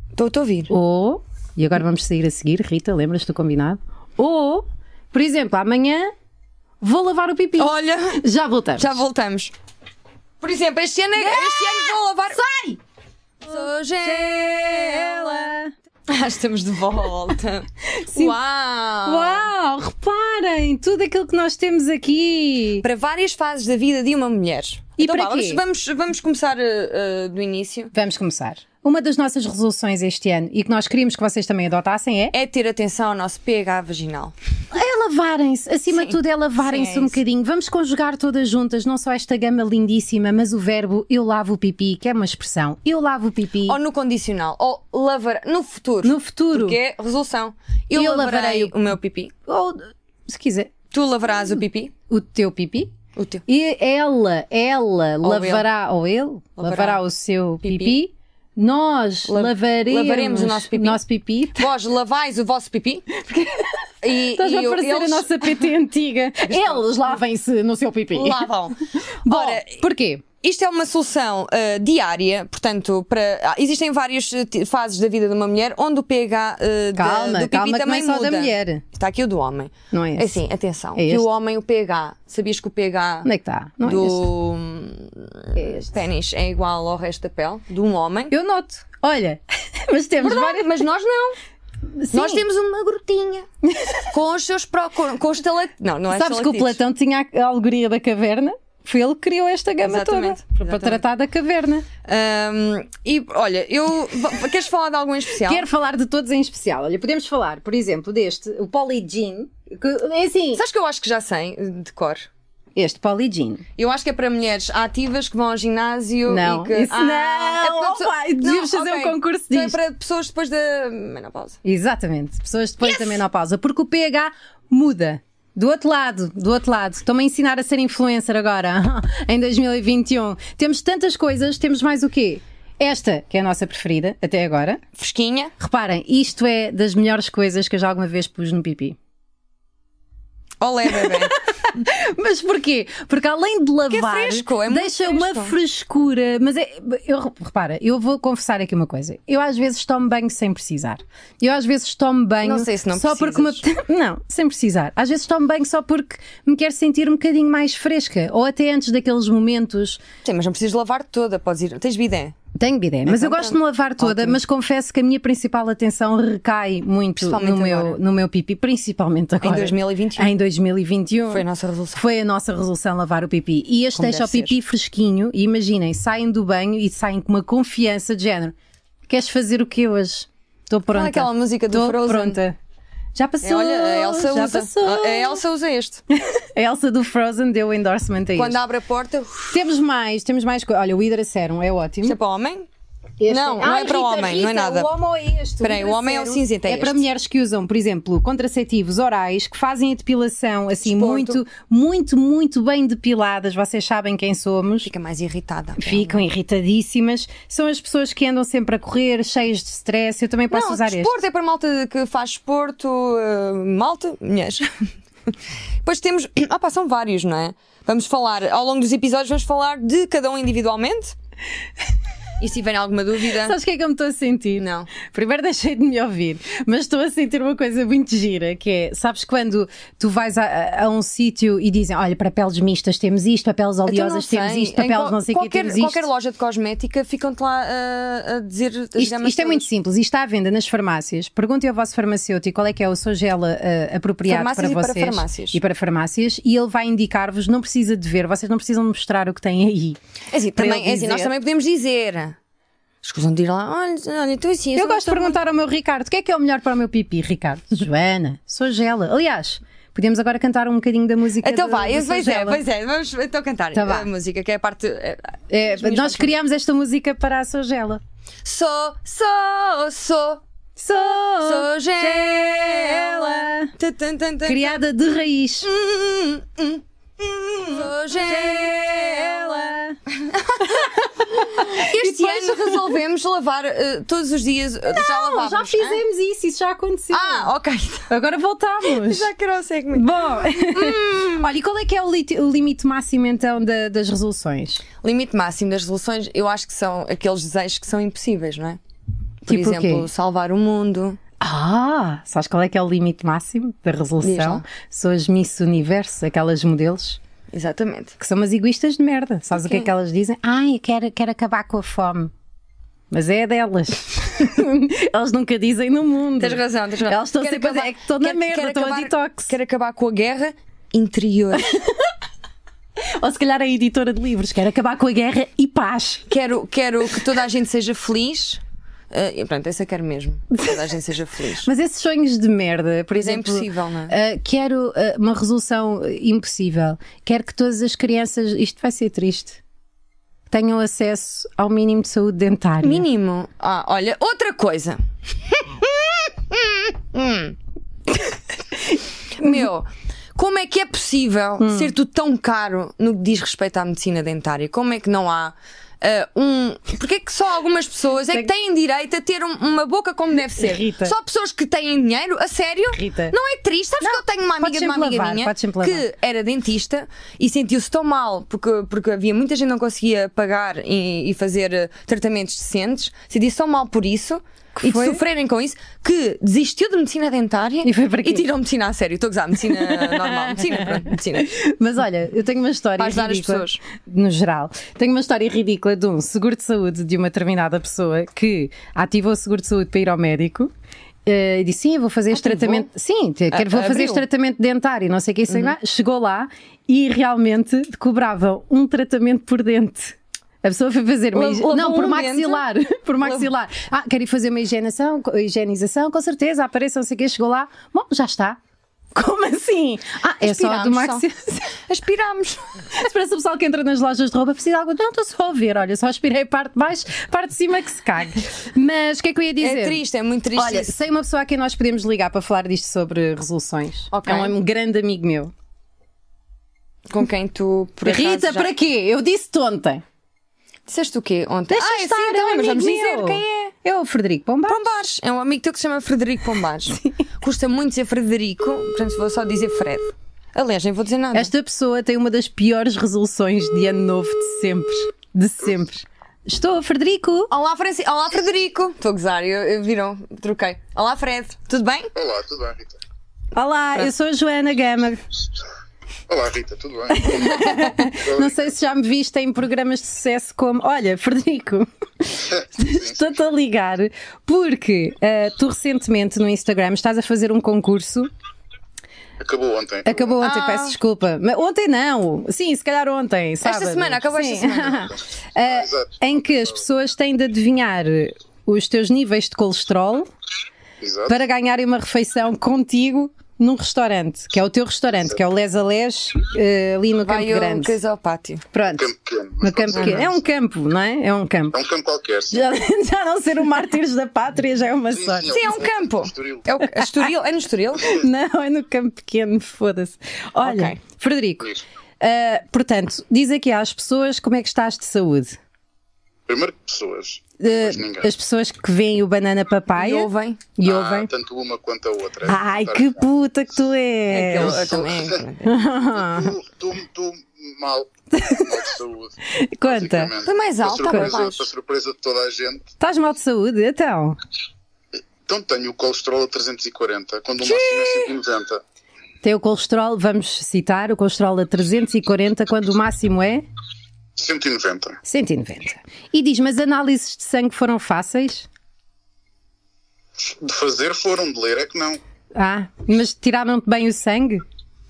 Estou a ouvir.
Ou. E agora vamos sair a seguir, Rita, lembras-te do combinado? Ou, por exemplo, amanhã vou lavar o pipi.
Olha,
Já voltamos.
já voltamos. Por exemplo, este ano, é- este ano vou lavar.
Sai!
Sou gela. Ah, estamos de volta.
Sim.
Uau!
Uau, reparem, tudo aquilo que nós temos aqui.
Para várias fases da vida de uma mulher.
E
então,
para
vá,
quê?
Vamos, vamos, vamos começar eh, eh, do início.
Vamos começar. Uma das nossas resoluções este ano e que nós queríamos que vocês também adotassem é
É ter atenção ao nosso pH vaginal.
é lavarem-se. Acima de tudo, é lavarem-se
Sim,
um
é isso.
bocadinho. Vamos conjugar todas juntas, não só esta gama lindíssima, mas o verbo eu lavo o pipi, que é uma expressão. Eu lavo o pipi.
Ou no condicional. Ou lavar. No futuro.
No futuro.
Porque é resolução. Eu,
Eu
lavarei,
lavarei
o meu pipi.
Ou, se quiser,
Tu lavarás o pipi.
o teu pipi.
O teu.
E ela, ela
Ou
lavará, ou ele, lavará, o seu pipi. Nós
La-
lavaremos,
lavaremos o nosso pipi.
pipi.
Vós lavais o vosso pipi. E,
Estás a
eu-
parecer a
eles
nossa PT antiga. Eles lavem-se no seu pipi.
lavam.
Bora,
Ora,
porquê?
Isto é uma solução ah, diária, portanto, para ah, existem várias eh, ti- fases da vida de uma mulher onde o pH ah, da-
Calma,
do pipi
calma, que não
também
é só
muda.
da mulher.
Está aqui o do homem.
Não é esse.
Assim, atenção.
É
que
este.
o homem, o pH, sabias que o pH
Onde é que está? Não é esse.
do ténis é igual ao resto da pele de um homem?
Eu noto. Olha, mas temos
Verdade,
várias.
mas nós não.
Sim.
Nós temos uma grutinha com os seus pró, com, com os telet... Não, não é
Sabes que o
estalactites.
Platão tinha a alegoria da caverna? Foi ele que criou esta gama
Exatamente,
toda para- para
exatamente.
tratar da caverna.
Ahm, e olha, eu v- queres falar de algum em especial?
Quero falar de todos em especial. Olha, podemos falar, por exemplo, deste, o Polygen. Que é assim.
Sabes que eu acho que já sei de cor?
Este Polygen.
Eu acho que é para mulheres ativas que vão ao ginásio
Não,
e que.
isso não!
é para
Oh, pai, devíamos fazer um
ok.
concurso
Então
disto.
É para pessoas depois da menopausa.
Exatamente. Pessoas depois da menopausa. Porque o pH muda. Do outro lado, do outro lado. Estão-me a ensinar a ser influencer agora, em 2021. Temos tantas coisas, temos mais o quê? Esta, que é a nossa preferida até agora.
Fresquinha.
Reparem, isto é das melhores coisas que eu já alguma vez pus no pipi.
Olé, bebê.
Mas porquê? Porque além de lavar,
fresco, é muito
deixa
fresco.
uma frescura. Mas é, eu, repara, eu vou confessar aqui uma coisa. Eu às vezes tomo banho sem precisar. Eu às vezes tomo banho
Não sei se não
só porque me, não, sem precisar. Às vezes tomo banho só porque me quero sentir um bocadinho mais fresca ou até antes daqueles momentos
Sim, mas não precisas lavar toda, podes ir. Tens bidé.
tenho bidé, mas eu
Então,
gosto de me lavar toda, mas confesso que a minha principal atenção recai muito no
Principalmente
meu,
agora.
no meu pipi, principalmente agora.
2021.
Em 2021.
Foi a nossa resolução.
Foi a nossa resolução lavar o pipi. E este
Como
deixa o
deve
pipi fresquinho e imaginem, saem do banho e saem com uma confiança de género. Queres fazer o que hoje? Estou pronta.
Olha é aquela música do
Estou
Frozen.
pronta. Já
É,
passou.
olha, a Elsa
já
usa.
passou.
A- A Elsa usa este.
A Elsa do Frozen deu o endorsement a
Quando
isto.
abre a porta, isto
Temos mais, temos mais coisas. Olha, o Hidracerum é ótimo.
é para o homem.
Este
Não, não é para o homem, não é nada.
O homem é este.
Espera aí, o
livre a
homem é o
zero.
cinzento, é
É,
este.
para mulheres que usam, por exemplo, contraceptivos orais, que fazem a depilação assim
Desporto.
muito, muito, muito bem depiladas. Vocês sabem quem somos.
Fica mais irritada.
Ficam irritadíssimas. São as pessoas que andam sempre a correr, cheias de stress. Eu também posso
não,
usar
desporto
este.
é para malta que faz desporto, eh, malta, mulheres. Depois temos, ah pá, são vários, não é? Vamos falar, ao longo dos episódios, vamos falar de cada um individualmente. E se tiverem alguma dúvida,
Sabes o que é que eu me estou a sentir?
Não.
Primeiro deixei de me ouvir, mas estou a sentir uma coisa muito gira, que é, sabes quando tu vais a, a um sítio e dizem, olha, para peles mistas temos isto, para peles
Então não
oleosas temos
sei,
isto, para
em
peles
qual-
não sei o que
qualquer,
temos isto.
Qualquer loja de cosmética ficam-te lá eh, a dizer as
Isto,
gamas
isto é
todas.
muito simples, isto está à venda nas farmácias. Perguntem ao vosso farmacêutico qual é que é o seu gel ah, apropriado
Farmácias
para
e para
vocês.
farmácias.
E para farmácias. E ele vai indicar-vos, não precisa de ver, vocês não precisam de mostrar o que têm aí.
É assim,
para
também,
ele
é assim, nós
dizer.
também podemos dizer. Escusam de ir lá. Olha, olha, tu assim.
Eu gosto de perguntar ao meu Ricardo o que é que é o melhor para o meu pipi, Ricardo. Joana, sou gela. Aliás, podemos agora cantar um bocadinho da música.
Então
da-
vá,
da
eu- pois é,
Sogela.
pois é, vamos então cantar
Tá vá.
a música, que é a parte. é,
É,
as minhas
nós
canções.
criámos esta música para a Sogela.
Sou, sou, sou,
Sou,
sou gela.
gela.
Tan, tan, tan, tan.
criada de raiz.
Hum, hum, hum. Sou gela. Este ano resolvemos lavar eh, todos os dias. eh, já
Não,
lavávamos.
Oh, já
hã?
fizemos isso, isso já aconteceu.
Ah, ok.
Agora voltamos.
Já que não sei comigo.
Bom, olha, e qual é que é o, lit- o limite máximo então da- das resoluções?
Limite máximo das resoluções, eu acho que são aqueles desejos que são impossíveis, não é? Por
Tipo o quê?
exemplo, salvar o mundo.
Ah, sabes qual é que é o limite máximo da
Diz
resolução?
lá.
São as Miss Universo, aquelas modelos
Exatamente.
que são umas egoístas de merda. Sabes o que é
Ok.
que elas dizem? Ai, eu quero, quero acabar com a fome. Mas é a delas. elas nunca dizem no mundo.
Tens razão, tens razão.
Elas estão
Quero
sempre a dizer,
acabar-
é que estou na
quero-
merda,
quero
estou a
acabar-
detox.
Quero acabar com a guerra interior.
Ou se calhar é a editora de livros, quero acabar com a guerra e paz.
quero, quero que toda a gente seja feliz. Eh, e pronto, essa eu quero mesmo. Que toda a gente seja feliz.
Mas esses sonhos de merda, por exemplo.
é impossível, não é?
ah, quero ah, uma resolução ah, impossível. Quero que todas as crianças. Isto vai ser triste. Tenham acesso ao mínimo de saúde dentária.
Mínimo. Ah, olha, outra coisa. Hum. Meu, como é que é possível
Hum.
ser tudo tão caro no que diz respeito à medicina dentária? Como é que não há ah, um. Porque é que só algumas pessoas é que têm direito a ter um- uma boca como deve ser?
Rita.
Só pessoas que têm dinheiro? A sério?
Rita.
Não é triste? Sabes que eu tenho uma amiga
podes
de uma
sempre
amiga
lavar,
minha
podes sempre lavar.
que era dentista e sentiu-se tão mal porque, porque havia muita gente que não conseguia pagar e, e fazer eh, tratamentos decentes, sentiu-se tão mal por isso e
foi?
de sofrerem com isso que desistiu de medicina dentária
E foi para quê?
tirou medicina a sério. Estou a gozar, medicina normal, medicina, pronto, medicina.
Mas olha, eu tenho uma história
Para ajudar as
ridícula,
pessoas.
no geral. Tenho uma história ridícula de um seguro de saúde de uma determinada pessoa que ativou o seguro de saúde para ir ao médico. eh, e disse sim, eu vou fazer este
Ativou?
tratamento. Sim, te- quero, vou fazer
abriu. Uhum.
este tratamento dentário, não sei o que isso lá. Chegou lá e realmente cobravam um tratamento por dente. A pessoa foi fazer uma
La-
higi-
lavou
Não, por
um
maxilar. Por maxilar. Ah, quero ir fazer uma higienização, co- higienização, com certeza, apareça, não sei o quê. Chegou lá, bom, já está. Como assim? Ah, é só do
Aspiramos só.
maxilar.
Aspirámos.
Se parece o pessoal que entra nas lojas de roupa, precisa de algo. Não, estou só a ver, olha, só aspirei a parte de baixo, parte de cima que se cague. Mas o que é que eu ia dizer?
É triste, é muito triste.
Olha,
isso.
sei uma pessoa a quem nós podemos ligar para falar disto sobre resoluções.
Ok.
É um, um grande amigo meu.
com quem tu por acaso,
Rita,
já-
para quê? Eu disse-te ontem.
Disseste o quê ontem?
Deixa
ah, é
estar,
sim,
é um
então, mas vamos
amigo
dizer
meu.
quem é.
É o Frederico Pombar.
Pombares. É um amigo teu que se chama Frederico Pombares. Custa muito dizer Frederico, portanto vou só dizer Fred. Aliás, nem vou dizer nada.
Esta pessoa tem uma das piores resoluções de ano novo de sempre. De sempre. Estou, Frederico.
Olá, Franci... Olá, Frederico. Estou a gozar, eu, eu- viram, troquei. Olá, Fred. Tudo bem?
Olá, tudo bem, Rita?
Olá, eu sou a Joana Gama.
Olá, Rita, tudo bem?
Não sei se já me viste em programas de sucesso como. Olha, Frederico, estou-te a ligar porque ah, tu recentemente no Instagram estás a fazer um concurso.
Acabou ontem.
Acabou ontem,
Ah.
peço desculpa. Mas ontem não. Sim, se calhar ontem. Sábado.
semana, acabou esta
Sim.
semana.
Ah,
Exato.
em que as pessoas têm de adivinhar os teus níveis de colesterol
Exato.
para ganharem uma refeição contigo. Num restaurante, que é o teu restaurante, que é o Les a Les, ah, ali no
Vai um
Campo
eu
Grande.
queijo ao pátio.
Pronto.
Campo pequeno.
No
mas
campo
pode ser
pequeno. É
grande.
um campo, não é? É um campo.
É um campo qualquer. Sim.
Já, já não ser um mártires da pátria já é uma
sim,
sorte.
eu-
Sim, é um campo.
Estoril.
É o é Estoril. É no Estoril?
Não, é no campo pequeno, foda-se. Olha,
Ok.
Frederico,
Isso.
ah, portanto, diz aqui às pessoas como é que estás de saúde.
Primeiro pessoas.
Ah,
depois ninguém.
as pessoas que veem o banana
E
papaya
ouvem.
e
Ah,
ouvem.
tanto uma quanto a outra. Tá.
Ai, que puta que tu
É
és!
Aquele- também.
Estou mal. mal de saúde.
Conta,
é basicamente.
Foi mais
Para
alta,
surpresa-
mais.
Para surpresa de toda a gente.
estás mal de saúde? Então,
Então tenho o colesterol a 340, quando o máximo é 190.
tem o colesterol, vamos citar, o colesterol a 340, quando o máximo é
190.
190. E diz, mas análises de sangue foram fáceis?
De fazer foram, de ler é que não.
Ah, mas tiraram-te bem o sangue?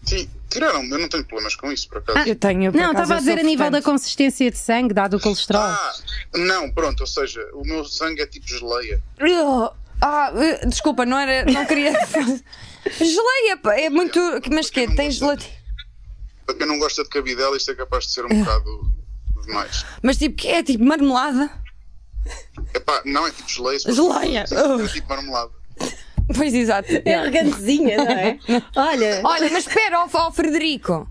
Sim, tiraram, Hum, eu não tenho problemas com isso, por acaso.
Ah,
Eu tenho. eu, por
Não,
acaso,
estava a
eu
dizer a
sou
nível da
fortante.
consistência de sangue, dado o colesterol.
Ah, não, pronto, ou seja, o meu sangue é tipo geleia.
Ugh. Ah, eh, desculpa, não era. Não queria. Geleia, pá, é muito. Mas quê? Tem gelatina.
Para quem não gosta de cabidela, isto é capaz de ser
Ah.
um bocado demais.
Mas tipo, que é tipo marmelada?
Epá, não é tipo geleia. se fosse-
Geleia!
É
Ugh.
tipo marmelada.
Pois exato.
É arrogantezinha, não é? Olha,
Olha, mas espera, ó, ó Frederico.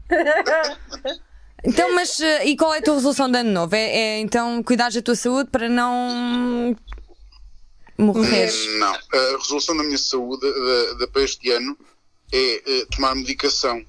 Então, mas eh, e qual é a tua resolução de ano novo? É, é, então cuidares da tua saúde para não morreres.
Não, a resolução da minha saúde eh, da, da, para este ano é eh, tomar medicação.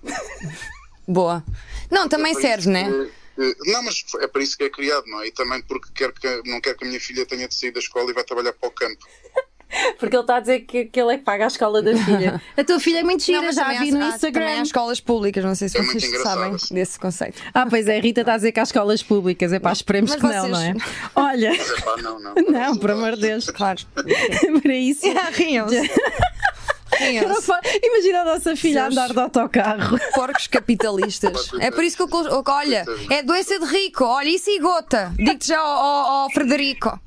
Boa. Não, também
Para
serve,
isso,
né?
eh, eh, Não, mas é para isso que é criado, não é? E também porque quero que, não quero que a minha filha tenha de sair da escola e vá trabalhar para o campo.
Oh, porque ele está a dizer que, que ele é que paga a escola da filha. A tua filha é muito gira,
Não, mas
já a
também
vi
há-
no
há- Também há
Instagram.
escolas públicas, não sei se
É muito
vocês
engraçado,
sabem
assim.
desse conceito.
Ah, pois é, a Rita está a dizer que há escolas públicas. É pá, esperemos
Mas
que não,
vocês-
não é? Olha,
Mas é pá, não, não.
não, por amor de Deus.
Claro.
Para isso.
Riam-se.
Não
Riam-se.
fa- Imagina a nossa filha a
Deus.
andar de autocarro.
Porcos capitalistas.
Coitadinho.
É por isso que eu. col- eu- Olha, é doença de rico. Olha, isso e gota. Digo-te já ao, ao- ao Frederico.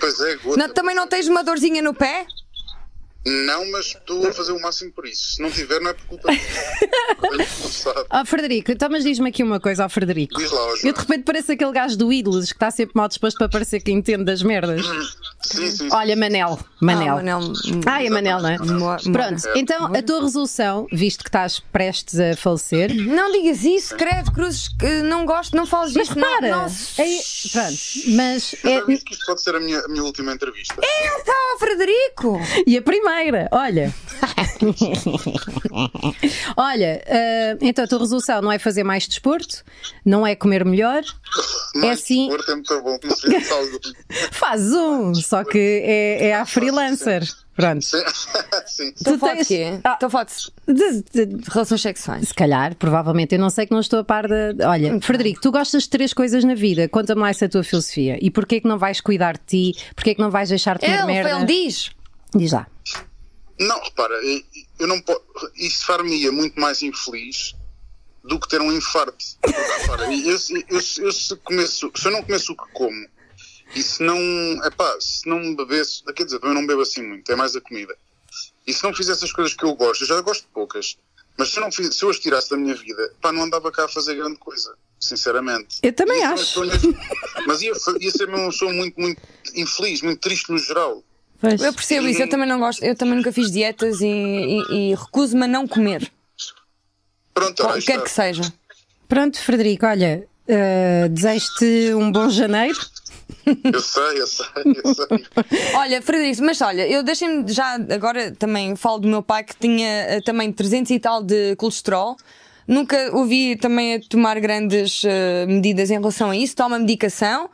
Pois é, gota.
Não- também não tens uma dorzinha no pé?
Não, mas estou a fazer o máximo por isso. Se não tiver, não é por culpa minha. Tenho forçado.
Ó Frederico, então mas diz-me aqui uma coisa, ó Frederico.
Diz lá, ó,
Eu
Joana.
de repente pareço aquele gajo do ídolos que está sempre mal disposto para parecer que entende das merdas.
Sim, sim, sim.
Olha, Manel. Manel.
Ah, Manel. hum,
Ai, é Manel, não é?
mo-
Pronto,
mora.
então a tua resolução, visto que estás prestes a falecer,
Não digas isso, credo, cruzes, que não gosto, não fales
mas
disto. não-
para!
Não,
Aí- É, pronto, mas
Já
é.
viste que isto pode ser a minha, a minha última entrevista?
Tá, ó, Frederico!
E a primeira, olha. olha, ah, então a tua resolução não é fazer mais desporto, não é comer melhor,
Mas
assim-
O desporto é muito bom, como seria de saúde.
faz um, só que é, é à freelancer. Pronto.
Sim. sim.
Estou a falar
tens-
Então de quê?
Ah.
Estou a falar de
De- de-
relações sexuais.
Se calhar, provavelmente, eu não sei que não estou a par da. Olha, Frederico, tu gostas de três coisas na vida, conta-me lá essa tua filosofia. E porquê é que não vais cuidar de ti? Porquê é que não vais deixar de comer
Ele, um
merda?
ele diz.
Diz lá.
Não, repara, eu- eu não posso. Isso far-me-ia muito mais infeliz do que ter um infarto. Porque, Repara, eu, se- eu se- eu se, começo, se eu não começo o que como e se não. Epá, se não bebesse. Quer dizer, também não bebo assim muito, é mais a comida. E se não fizesse as coisas que eu gosto, eu já gosto de poucas, mas se eu, não fiz, se eu as tirasse da minha vida, pá, não andava cá a fazer grande coisa, sinceramente.
Eu também
Ia ser
acho.
uma pessoa mesmo- é Mas ia, fa- ia ser mesmo uma pessoa muito, muito infeliz, muito triste no geral.
Pois.
Eu percebo isso, eu também não gosto, eu também nunca fiz dietas e, e- e recuso-me a não comer.
Pronto,
O
ora, aí
que quer
está.
que seja.
Pronto, Frederico, olha, ah, desejo-te um bom janeiro.
Eu sei, eu sei, eu sei.
Olha, Frederico, mas olha, eu deixem-me já agora também falo do meu pai que tinha eh, também 300 e tal de colesterol. Nunca ouvi também a tomar grandes eh, medidas em relação a isso. Toma medicação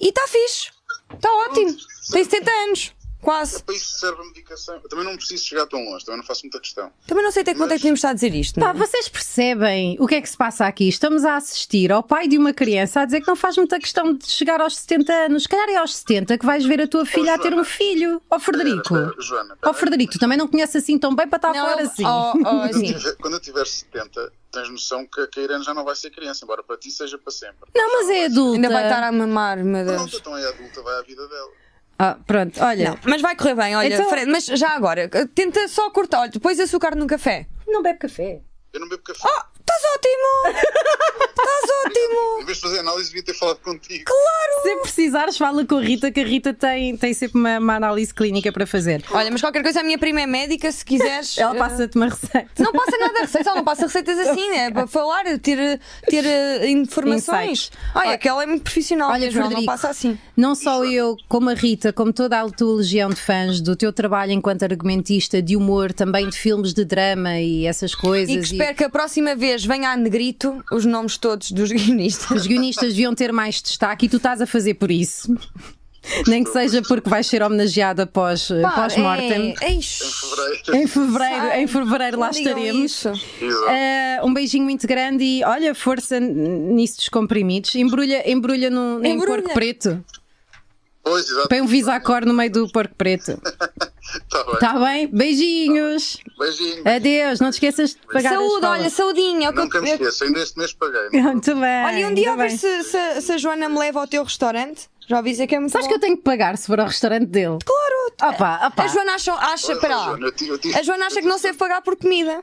e está fixe. Está ótimo. Tem 70 anos, quase.
Para isso serve a medicação. Eu também não preciso chegar tão longe, também não faço muita questão.
Também não sei até quanto é que tínhamos estado a dizer isto.
Pá,
Não? é?
vocês percebem o que é que se passa aqui? Estamos a assistir ao pai de uma criança a dizer que não faz muita questão de chegar aos 70 anos. Se calhar é aos 70 que vais ver a tua filha a ter um filho. Ó Frederico.
Espera, espera, Eh, Joana, espera.
Ó Frederico, tu também não conheces assim tão bem para estar
Não,
fora
eu-
assim.
oh, oh,
Quando eu
assim,
tiver- Quando eu tiver 70, tens noção que, que a Irene já não vai ser criança, embora para ti seja para sempre.
Não, mas é adulta.
Ainda vai estar a mamar, meu Deus.
Pronto, então é adulta, vai à vida dela.
Ah, pronto, olha.
Não, mas vai correr bem, olha,
Então-
Fred, mas já agora, tenta só cortar, olha, pões açúcar no café.
Não bebe café.
Eu não bebo café.
Estás ótimo! Estás ótimo!
Em vez de fazer análise, devia ter falado contigo.
Se precisares, fala com a Rita, que a Rita tem, tem sempre uma, uma análise clínica para fazer.
Olha, mas qualquer coisa, a minha prima é médica, se quiseres.
Ela
eh,
passa-te uma receita.
Não passa nada a receita, ela não passa receitas assim, é para falar, ter, ter eh, informações.
Insights.
Olha,
Olha-
aquela é muito profissional,
Olha,
mesmo, ela não
Frederico.
passa assim.
Não só eu, como a Rita, como toda a tua legião de fãs do teu trabalho enquanto argumentista de humor, também de filmes de drama e essas coisas.
E que espero que a próxima vez venha a negrito os nomes todos dos guionistas.
Os guionistas deviam ter mais destaque e tu estás a fazer por isso. Nem que seja porque vais ser homenageada após-
Pá,
pós-mortem.
é- é isso.
Em
Em fevereiro.
fevereiro,
Sai.
em fevereiro lá
Não digam
estaremos.
isso.
Exato.
É.
Ah, um beijinho muito grande e olha, força n- nisso dos comprimidos. Embrulha, embrulha num, em
Embrulha.
porco preto.
Pois, exato.
Põe um visacor no meio do porco preto.
Está bem.
Está bem? Beijinhos.
Beijinho.
Adeus. Não te esqueças de pagar a
Saúde,
escola.
olha, saudinha. é o que É, eu-
Nunca me esqueço, ainda este mês paguei. é?
Muito bem.
Olha, e um dia a
ainda
ver
bem.
se, se- se a Joana me leva ao teu restaurante. Já ouvi dizer que é muito
Sabes que
bom.
eu tenho que pagar se for ao restaurante dele? Claro. Opa, opa.
A Joana acha, acha,
Oh,
pera lá.
Joana, eu tive- eu tive-
A Joana acha que não se deve pagar por comida.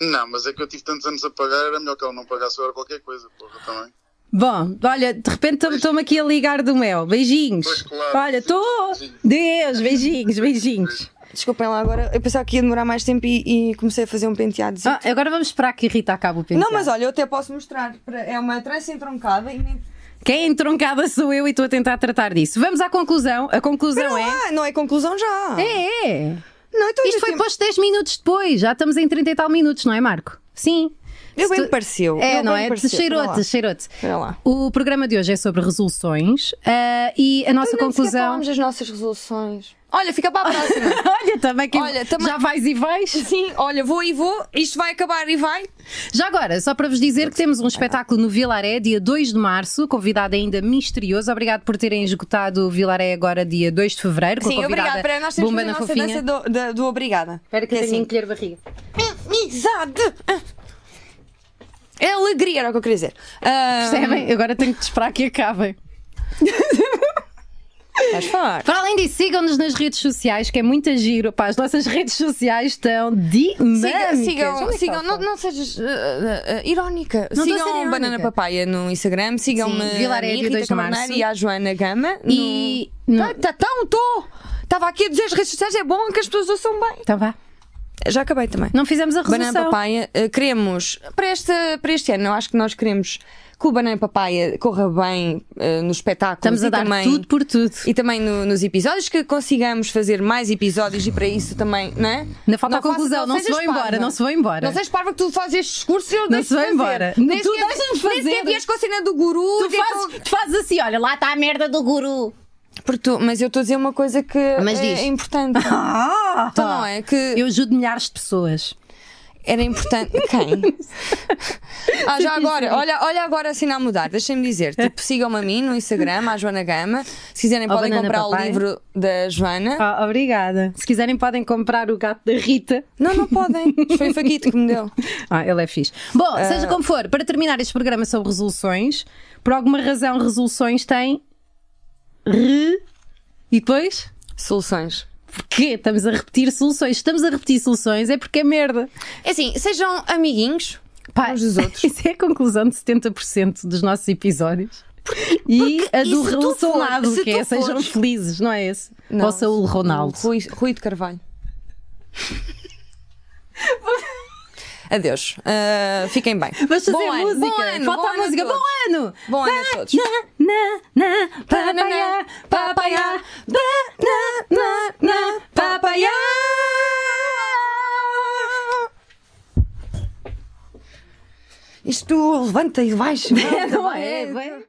Não, mas é que eu tive tantos anos a pagar, era melhor que ela não pagasse agora qualquer coisa, porra, também.
Bom, olha, de repente estou-me aqui a ligar do mel. Beijinhos.
Pois, claro.
Olha, estou.
Beijinhos.
Deus, beijinhos, beijinhos.
Desculpem lá agora, eu pensava que ia demorar mais tempo e, e comecei a fazer um penteado.
Ah, agora vamos esperar que a Rita acabe o penteado.
Não, mas olha, eu até posso mostrar. Para- É uma trança entroncada e nem.
Quem é entroncada sou eu e estou a tentar tratar disso. Vamos à conclusão. A conclusão
Não
é.
é? não é conclusão já.
É, é.
Não, então
Isto foi
tempo...
posto 10 minutos depois. Já estamos em 30 e tal minutos, não é, Marco? Sim.
Eu
Se
bem
tu-
me pareceu.
É,
eu
não
bem me
é?
pareceu.
Cheirou-te,
Espera lá.
cheirou-te.
Espera lá.
O programa de hoje é sobre resoluções ah, e a nossa
Olha, nem sequer
conclusão.
falámos das nossas resoluções. então Olha, fica para a próxima.
Olha, também que
Olha, também-
já vais e vais.
Sim, olha, vou e vou, isto vai acabar e vai.
Já agora, só para vos dizer que temos um espetáculo no Vilaré, dia 2 de março, convidado ainda misterioso. Obrigado por terem esgotado o Vilaré agora, dia 2 de fevereiro. Com
Sim,
a convidada
obrigada. Pera, nós temos
Bomba
que fazer a
na
nossa
Fofinha.
dança do, da- do Obrigada.
Espera que
é
eu tenho que
assim.
encolher barriga.
Amizade! É alegria, era o que eu queria dizer. Ah,
Percebem? Agora tenho que esperar que acabem.
Estás forte.
Para além disso, sigam-nos nas redes sociais, que é muita giro. Pá, as nossas redes sociais estão dinâmicas.
Siga- sigam,
Onde é que
sigam
elas
não,
estão?
não sejas ah, ah, ah, irónica.
Não estou a ser
sigam
irónica.
Banana Papaya no Instagram, sigam-me
Sim, Vilar
a mim,
é dia
Rita
2 de
Camarneiro
março.
e a Joana Gama.
E-
No... Tá,
no-
tá, tão, tô! Estava aqui a dizer as redes sociais, é bom que as pessoas ouçam bem.
Então vá.
Já acabei também.
Não fizemos a resolução.
Banana Papaya, eh, queremos, para este, para este ano, eu acho que nós queremos que o Banana Papaya corra bem eh, nos espetáculos
Estamos a
e
dar
também,
tudo por tudo.
e também no- nos episódios, que consigamos fazer mais episódios e para isso também, não é?
Ainda falta a
faças-
conclusão, não se
sejas
vão embora,
parva.
não se vão embora.
Não sejas parva que tu fazes estes cursos e eu deixo
se vão
fazer.
embora.
Nem
Tu
sequer-
deixas-me
nem sequer
fazer.
vieste com a cena do guru.
Tu
tipo-
fazes, tu fazes assim, olha, lá está a merda do guru.
Porque tu- mas eu estou a dizer uma coisa que
Mas
é,
diz.
é importante.
Ah,
Então não é que
Eu ajudo milhares de pessoas.
Era importante. Quem? ah, já agora, olha, olha agora assim a mudar, deixem-me dizer. Tipo, sigam-me a mim no Instagram, à Joana Gama. Se quiserem,
Ao
podem
Banana
comprar o
Papai.
livro da Joana.
Ah, obrigada. Se quiserem, podem comprar o gato da Rita.
Não, não podem. Foi o Faquito que me deu.
Ah, ele é fixe. Bom, seja como for, para terminar este programa sobre resoluções, por alguma razão, resoluções têm. Re. E depois?
Soluções.
Porquê? Estamos a repetir soluções. Estamos a repetir soluções, é porque é merda.
É assim, sejam amiguinhos.
Pá,
Uns dos outros.
Isso é a conclusão de 70% dos nossos episódios. E a
e
do
se tu
relacionado,
for- se
que é
tu fores-
sejam felizes, não é esse?
Não,
Ou Saúl Ronaldo.
Rui, Rui de Carvalho. Adeus. Ah, fiquem bem.
Vamos fazer
Bom ano,
música.
bom ano,
Falta
bom
a
ano a
música.
todos.
Bom ano!
Bom ano a todos.
Na, na, na, papaya, papaya, ba, na, na, na, papaya.
Isto levanta e baixa.
Não é? Bem...